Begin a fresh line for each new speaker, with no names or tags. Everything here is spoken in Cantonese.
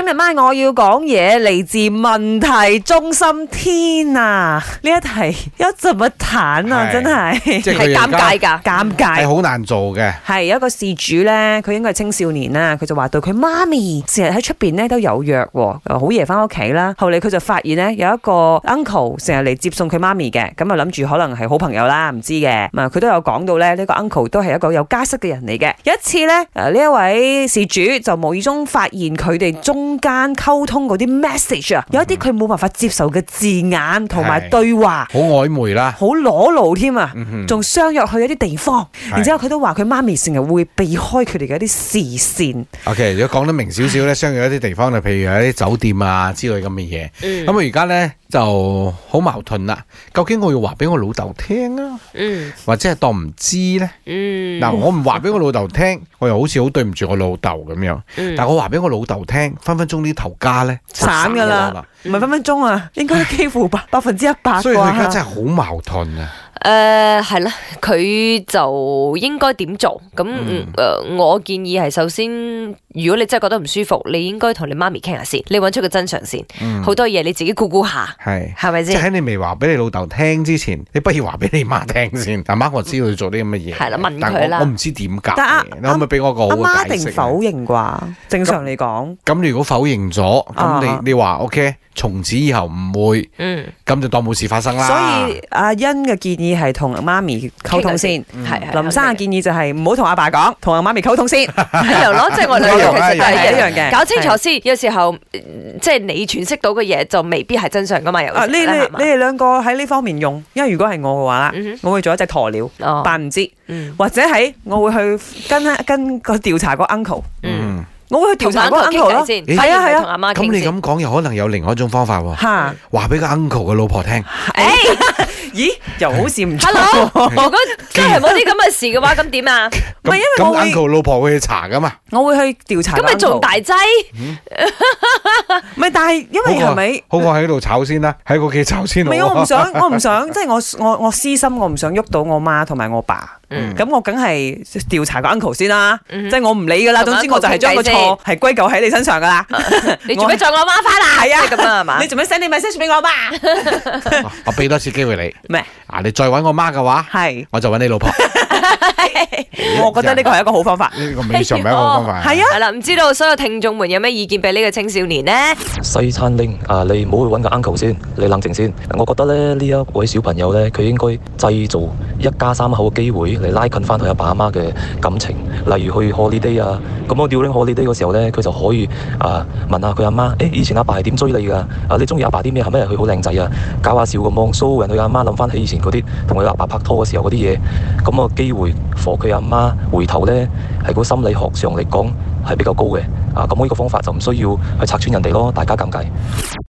日晚我要講嘢嚟自問題中心，天啊！呢一題有怎麼彈啊？
係
真係
即係
係
佢
尷
而家
尬㗎。
尷尬
係。好難做嘅。
係有一個事主咧，佢應該係青少年啦，佢就話對佢媽咪成日喺出邊咧都有約喎，好夜翻屋企啦。後嚟佢就發現咧有一個 uncle 成日嚟接送佢媽咪嘅，咁啊諗住可能係好朋友啦，唔知嘅。咁啊佢都有講到咧，呢個 uncle 都係一個有家室嘅人嚟嘅。有一次咧，誒呢一位事主就無意中發現佢哋中間溝通嗰啲 message 啊，有一啲佢冇辦法接受嘅字眼同埋
係
對話，
好曖昧啦，
好裸露添啊！
嗯哼
仲相約去一啲地方，
係
然之後佢都話佢媽咪成日會避開佢哋嘅一啲視線，
OK，如果講得明少少咧，相約一啲地方就譬如喺啲酒店啊之類咁嘅嘢。
嗯
咁我而家咧就好矛盾啦，究竟我要話俾我老豆聽啊，
嗯
或者係當唔知咧？
嗯
嗱、我唔話俾我老豆聽，我又好似好對唔住我老豆咁樣。
嗯
但我話俾我老豆聽，分分鐘呢頭家咧
散㗎啦，唔係分分鐘 啊，應該幾乎百百分之一百
啊
啩。
所以佢而家真係好矛盾啊！
誒呃係啦，佢就應該點做？咁誒、
嗯
呃我建議係首先，如果你真係覺得唔舒服，你應該同你媽咪傾下先，你揾出個真相先。好、多嘢你自己估估下，
係。
係咪
即嗯係喺
先？
你未話俾你老豆聽之前，你不如話俾你媽聽
嗯
先。阿媽，我知道你做啲咁嘅嘢，
係啦問佢
但我
啦
我唔知點解，
但阿
你可唔可以俾我個好
阿
嘅
媽
解
定
釋啊
否
呢？
認啩？正常嚟講，
咁你如果否認咗，咁
啊
你你話 OK，從此以後唔會，
嗯，
咁就當冇事發生啦。
所以阿欣嘅建議係同媽咪溝通先。
嗯
係係
林生嘅建
見
議就係唔好同阿爸講，同阿媽咪溝通 先，
一樣咯，即係我哋
一樣
其實
一樣
係
就係
一
一樣。
樣 嘅。
搞清楚
係
先，有時候呃即係你詮釋到嘅嘢就未必係真相噶嘛，有時
啊！你你
係嘛
你哋兩個喺呢方面用，因為如果係我嘅話啦，
嗯
我會做一隻鴕鳥，
哼哦，
扮唔知，
嗯
或者係我會去跟跟個調查個 uncle。
嗯，
嗯，
我會去
同
調查嗰
阿
個
uncle 傾
uncle
偈
咯。
先，
咦
反
係
而
啊係啊
同阿媽
咁
傾
你
先。
咁講又可能有另外一種方法喎，
嚇！
話俾個 uncle 嘅老婆聽。
誒
咦，又好似唔錯。
，hello，如果真係冇啲咁嘅事嘅話，咁點啊？
唔係因為
咁
我會
uncle 老婆會去查噶嘛？
我會去調查。
咁咪仲大？劑？
唔係，但係因為係咪？
好過喺度炒先啦，喺屋企炒先
唔
好啊。
係我唔想， 我唔想，即係我我我私心，我唔想喐到我媽同埋我爸。
嗯
咁我梗係調查個 uncle 先啦，
嗯
即係我唔理噶啦。
同
總
uncle
之我就係將個錯係歸咎喺你身上噶啦。
你做咩再我媽翻啊？
係啊
即係咁啊，係嘛
你？做咩 send 你 message 俾 我爸？
啊 我俾多次機會你。
咩？
啊，你再揾我媽嘅話，
係，
我就揾你老婆。
我覺得呢個係一個好方法。
呢個美上唔係一個方法。
係啊。
哦係啦，唔知道所有聽眾們有咩意見俾呢個青少年呢？
西餐拎啊，你唔好去揾個 uncle 先，你冷靜先。我覺得咧呢一位小朋友咧，佢應該製造一家三口嘅機會嚟拉近翻佢阿爸阿媽嘅感情，例如去 holiday 啊。咁我 during holiday 嗰時候咧，佢就可以啊問下佢阿媽，誒、以前阿爸係點追你㗎？啊你中意阿爸啲咩？係咪佢好靚仔啊？搞下笑咁望 so 人佢阿媽諗翻起以前嗰啲同佢阿爸拍拖嘅時候嗰啲嘢，咁個機會 for 佢阿媽回頭咧係個心理學上嚟講係比較高嘅。啊咁我呢個方法就唔需要去拆穿人哋咯，大家尷尬。